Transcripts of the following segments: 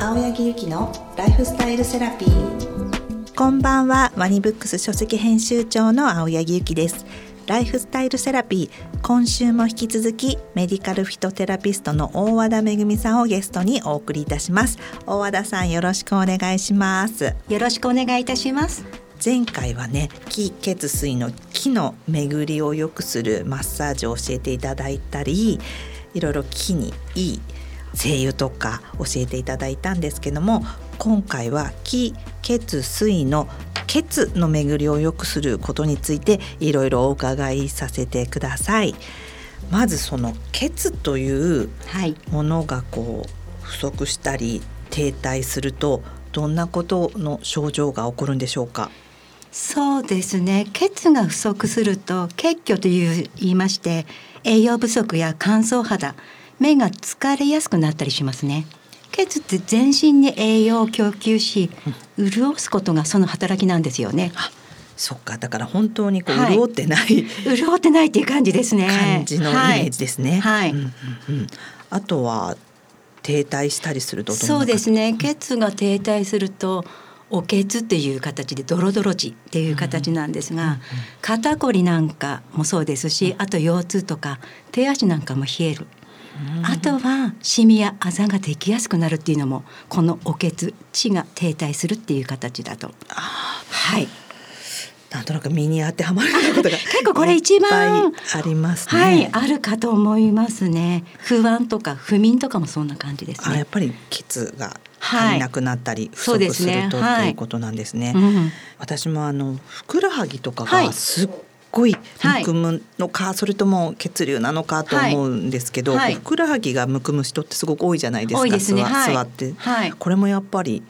青柳ゆきのライフスタイルセラピーこんばんはワニブックス書籍編集長の青柳ゆきですライフスタイルセラピー今週も引き続きメディカルフィトテラピストの大和田恵さんをゲストにお送りいたします大和田さんよろしくお願いしますよろしくお願いいたします前回はね気血水の気の巡りを良くするマッサージを教えていただいたりいろいろ気にいい精油とか教えていただいたんですけども今回は気血水の血の巡りを良くすることについていろいろお伺いさせてください。まずその血というものがこう不足したり停滞するとどんなことの症状が起こるんでしょうか。そうですね血が不足すると血虚という言いまして栄養不足や乾燥肌目が疲れやすくなったりしますね血って全身に栄養を供給し、うん、潤すことがその働きなんですよねそっかだから本当にこう、はい、潤ってない、潤ってないっていう感じですね感じのイメージですねはい、うんうんうん、あとは停滞したりするとそうですね血が停滞するとおけつっていう形でドロドロ地っていう形なんですが、肩こりなんかもそうですしあと腰痛とか手足なんかも冷える、あとはシミやあざができやすくなるっていうのもこのおけつ血が停滞するっていう形だと。はいなんとなく身に当てはまることが結構これ一番ありますね。はい、あるかと思いますね。不安とか不眠とかもそんな感じですね。やっぱり血が足りなくなったり不足すると、はい、ね、いうことなんですね。はいうん、私もあのふくらはぎとかがすっごいむくむのか、はい、それとも血流なのかと思うんですけど、ふくらはぎがむくむ人ってすごく多いじゃないですか。すね、座って、これもやっぱり。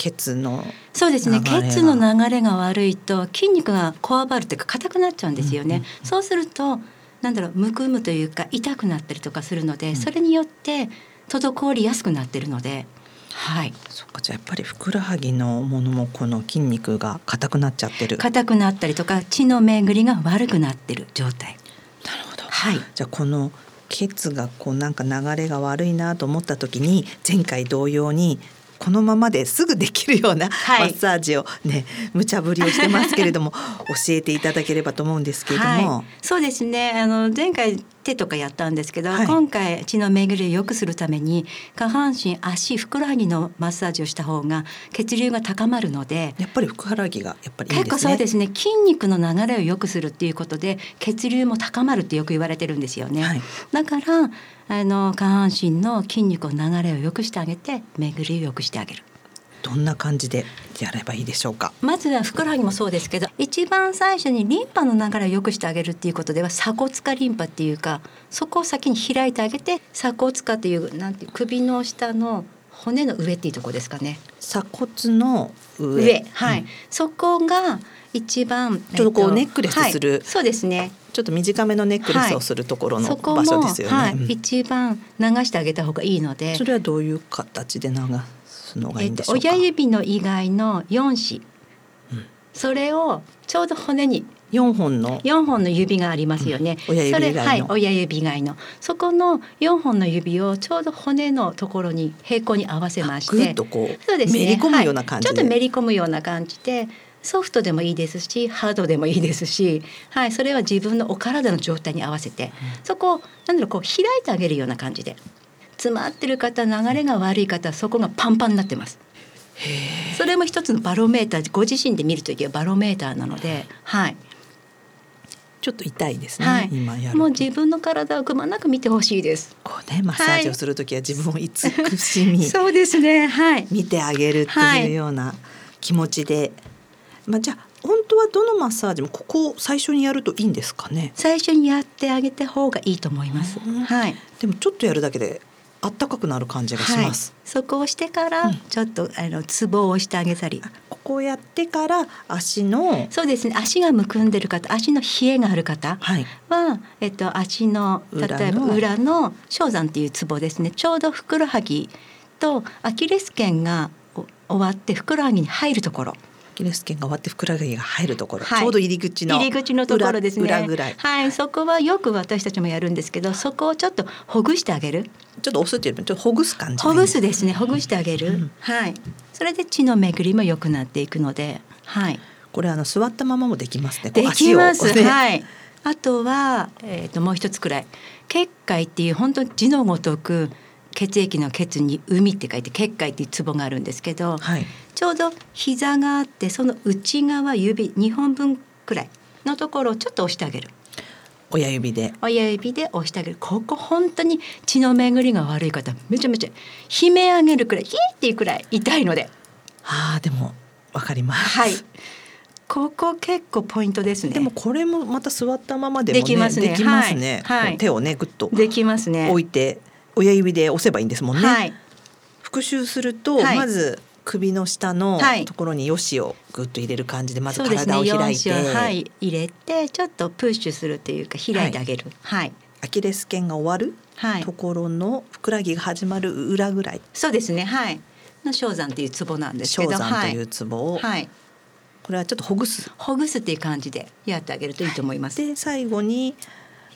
血のそうですね血の流れが悪いと筋肉がこわばるというか硬くなっちゃうんですよね、そうするとなんだろうむくむというか痛くなったりとかするので、うん、それによって滞りやすくなってるのではい、そっかじゃあやっぱりふくらはぎのものもこの筋肉が硬くなっちゃってる硬くなったりとか血の巡りが悪くなってる状態なるほど、はい、、じゃあこの血がこうなんか流れが悪いなと思った時に前回同様にこのままですぐできるようなマッサージをね、はい、無茶ぶりをしてますけれども教えていただければと思うんですけれども、はいそうですねあの前回手とかやったんですけど、はい、今回血の巡りを良くするために下半身足ふくらはぎのマッサージをした方が血流が高まるのでやっぱりふくらはぎがやっぱり、ね、結構そうですね筋肉の流れを良くするっていうことで血流も高まるってよく言われてるんですよね、はい、だからあの下半身の筋肉の流れを良くしてあげて巡りを良くしてあげるどんな感じでやればいいでしょうかまずはふくらはぎもそうですけど一番最初にリンパの流れを良くしてあげるっていうことでは鎖骨下リンパっていうかそこを先に開いてあげて鎖骨下っていうなんていう首の下の骨の上っていうとこですかね鎖骨の上はい、うん、そこが一番ちょっとこうネックレスする、はい、そうですねちょっと短めのネックレスをするところの場所ですよね、はいはい、一番流してあげた方がいいのでそれはどういう形で流すのがいいんでしょう親指の以外の4指、うん、それをちょうど骨に4本の4本の指がありますよね、うん、親指以外はい、親指以外のそこの4本の指をちょうど骨のところに平行に合わせましてぐっとこうそうです、ね、めり込むような感じ、はい、ちょっとめり込むような感じでソフトでもいいですしハードでもいいですし、はい、それは自分のお体の状態に合わせて、そこを何だろうこう開いてあげるような感じで詰まってる方流れが悪い方そこがパンパンになってます。それも一つのバロメーターご自身で見るときはバロメーターなので、はい、ちょっと痛いですね。はい、今やもう自分の体をくまなく見てほしいです。こうね、マッサージをするときは自分を慈しみ、はい、 そうですね。はい、見てあげるっていうような気持ちで、まあ、じゃあ本当はどのマッサージもここを最初にやるといいんですかね最初にやってあげた方がいいと思います、はい、でもちょっとやるだけであったかくなる感じがします、はい、そこをしてからちょっと、うん、あのツボを押してあげたりここをやってから足のそうですね足がむくんでる方足の冷えがある方は、はい、えっと、足の例えば裏の正山っていうツボですねちょうどふくらはぎとアキレス腱が終わってふくらはぎに入るところキレス腱が終わってふくらはぎが入るところ、はいちょうど入り口の入り口のところですね裏裏ぐらい、はい、そこはよく私たちもやるんですけどそこをちょっとほぐしてあげるちょっと押すっていうよりもちょっとほぐす感じほぐすでですねほぐしてあげる、うんはいそれで血の巡りも良くなっていくのではいこれあの座ったままもできますねこうできます、足をこうねはいあとは、えー、ともう一つくらい血界っていう本当に字のごとく血液の血に海って書いて血界っていうツボがあるんですけど、はいちょうど膝があってその内側指2本分くらいのところをちょっと押してあげる親指で親指で押してあげるここ本当に血の巡りが悪い方めちゃめちゃ悲鳴上げるくらい「ヒー」っていうくらい痛いのでああでもわかります、はい ここ結構ポイントですねでもこれもまた座ったままでもねできますねできますねはいはいこう手をねぐっとできますね置いて親指で押せばいいんですもんね、はい復習すると、はいまず首の下のはいところによしをぐっと入れる感じでまずそうですね体を開いて、四肢をはい、入れてちょっとプッシュするというか開いてあげるはいアキレス腱が終わるはいところのふくらはぎが始まる裏ぐらいそうですねはいの昇山っていうツボなんですけ小ど山といううツボを、はいこれはちょっとほぐすほぐすっていう感じでやってあげるといいと思います。で最後に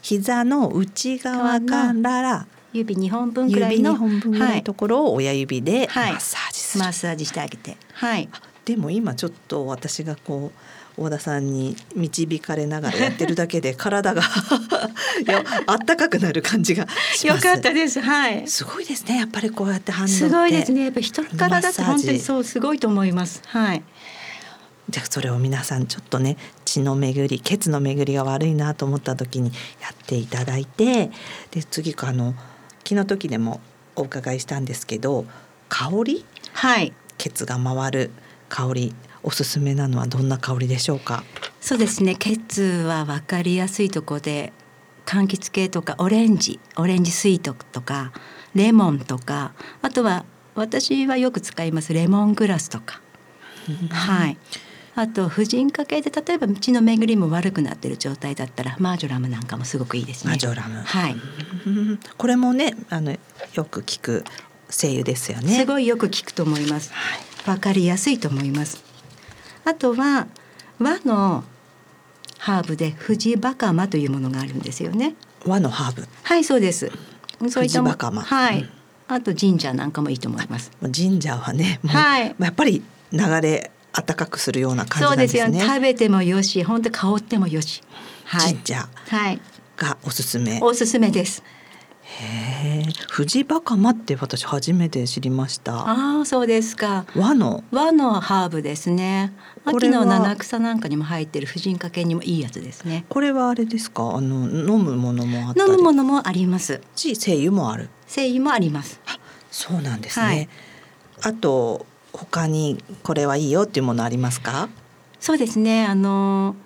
膝の内側から指2本分くらい指2の本分ぐらいのところを親指でマはいッサージする、マッサージしてあげて、はい、でも今ちょっと私がこう大田さんに導かれながらやってるだけ で体がいやあったかくなる感じがしよます。かったです。はい。すごいですねやっぱりこうやって反応ってすごいですね。やっぱ人の体ってマッ本サ当ージにそうすごいと思います。はい。じゃあそれを皆さんちょっとね血の巡り血の巡りが悪いなと思った時にやっていただいてで次あの気の時でもお伺いしたんですけど香りはい。血が回る香りおすすめなのはどんな香りでしょうか そうですね。血は分かりやすいとこで、柑橘系とかオレンジ、オレンジスイートとかレモンとか、あとは私はよく使いますレモングラスとか。はい。あと婦人科系で例えば血の巡りも悪くなっている状態だったらマージョラムなんかもすごくいいですね。マジョラムはい。うんこれもねあのよく聞く精油ですよねすごいよく聞くと思います。わかりやすいと思います。あとは和のハーブで藤バカマというものがあるんですよね。和のハーブはい、そうです。そういったも藤バカマはういん。あと神社なんかもいいと思います。まあジンジャーはねもう、はいやっぱり流れ暖かくするような感そじうなんでですすよね。ね。食べてもよし、本当香ってもよし。はいジン。ジャーはい。がおすすめ。おすすめです。へえ、藤バカマって私初めて知りました。ああ、そうですか。和の和のハーブですね。これ秋はの七草なんかにも入ってる婦人科系にもいいやつですね。これはあれですか。あの飲むものもあった飲り、むものもあります。し精油もある。繊維もあります。そうなんですね。はいあと他にこれはいいよっていうものありますか。そうですね。あの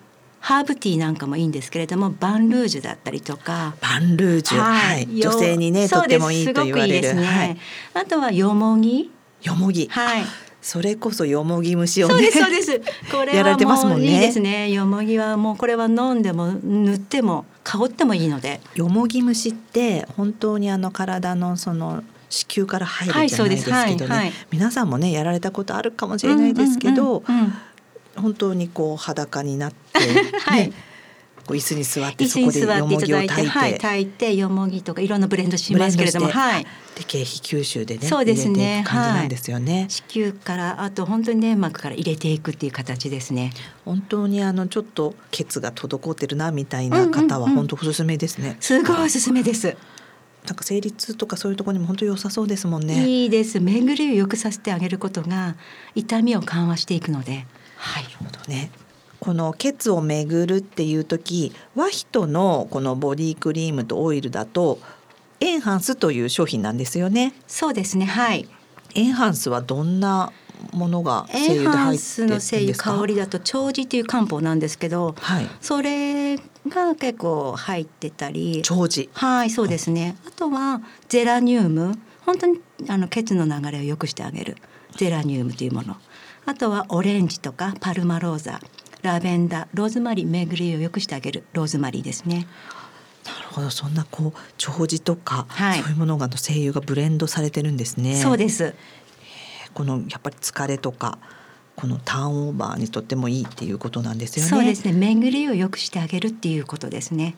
ハーブティーなんかもいいんですけれども、バンルージュだったりとか。バンルージュ、はい、女性にねそとうってもいいですと言われる。すごくいいですね。はい、あとはよもぎ。よもぎ、はい。それこそよもぎ虫をね。そうですそうです。これやられはてますももんうねいいですね。よもぎはもうこれは飲んでも塗っても香ってもいいので。よもぎ虫って本当にあの体のその子宮から入はるいじゃないですけどね、そうですはいはい皆さんもねやられたことあるかもしれないですけど、うんうんうんうん本当にこう裸になって、 はいね、こう椅子に座って椅そ子にこで座よっていもたぎをだ炊いいて、てはい、炊いてよもぎとかいろんなブレンドしますけれども、ブレンドしてはい。で経費吸収でねそうです入れていねく感じなんですよね。子宮からあと本当に粘膜から入れていくっていう形ですね。本当にあのちょっと血が滞ってるなみたいな方はうんうんうん本当おすすめですね。すごいおすすめです。なんか生理痛とかそういうところにも本当良さそうですもんね。いいです。巡りを良くさせてあげることが痛みを緩和していくので。はい。なるほどねこの血を巡るっていう時ワヒトのこのボディクリームとオイルだとエンハンスという商品なんですよねそうですね。はい。エンハンスはどんなものが精エン油でハ入ンっスてるんのですか精油香りだと長寿っていう漢方なんですけど、はいそれが結構入ってたり。長寿はい、そうですね。あとはゼラニウム、本当にあの血の流れを良くしてあげるゼラニウムというもの。あとはオレンジとかパルマローザ、ラベンダー、ローズマリー、巡りを良くしてあげるローズマリーですね。なるほどそんなこう長寿とか、はいそういうものがの精油がブレンドされてるんですねそうです。このやっぱり疲れとかこのターンオーバーにとってもいいっていうことなんですよね。そうですね巡りを良くしてあげるっていうことですね。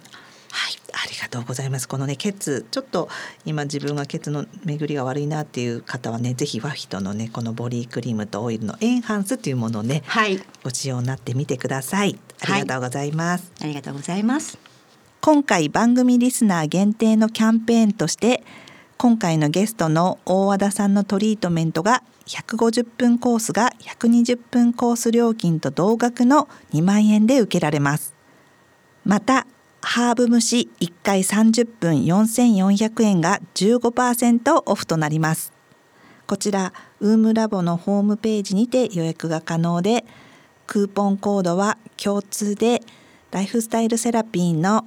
はい、ありがとうございます。このね、ケツ、ちょっと今自分がケツの巡りが悪いなっていう方はね、ぜひワフィトのね、このボディクリームとオイルのエンハンスというものをね、はい、ご使用になってみてください。ありがとうございます。ありがとうございます。今回番組リスナー限定のキャンペーンとして今回のゲストの大和田さんのトリートメントが150分コースが120分コース料金と同額の2万円で受けられますまたハーブ蒸し1回30分4400円が15%オフとなりますこちらウームラボのホームページにて予約が可能でクーポンコードは共通でライフスタイルセラピーの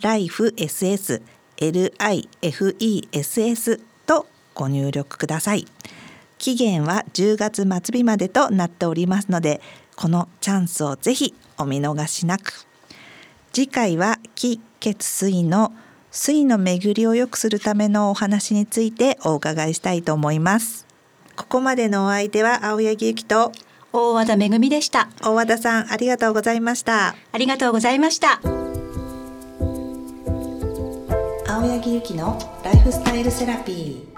ライフ SS LIFESS とご入力ください期限は10月末日までとなっておりますのでこのチャンスをぜひお見逃しなく次回は気・血・水の水の巡りを良くするためのお話についてお伺いしたいと思いますここまでのお相手は青柳ゆきと大和田めぐみでした。大和田さんありがとうございましたありがとうございました。青柳ゆきのライフスタイルセラピー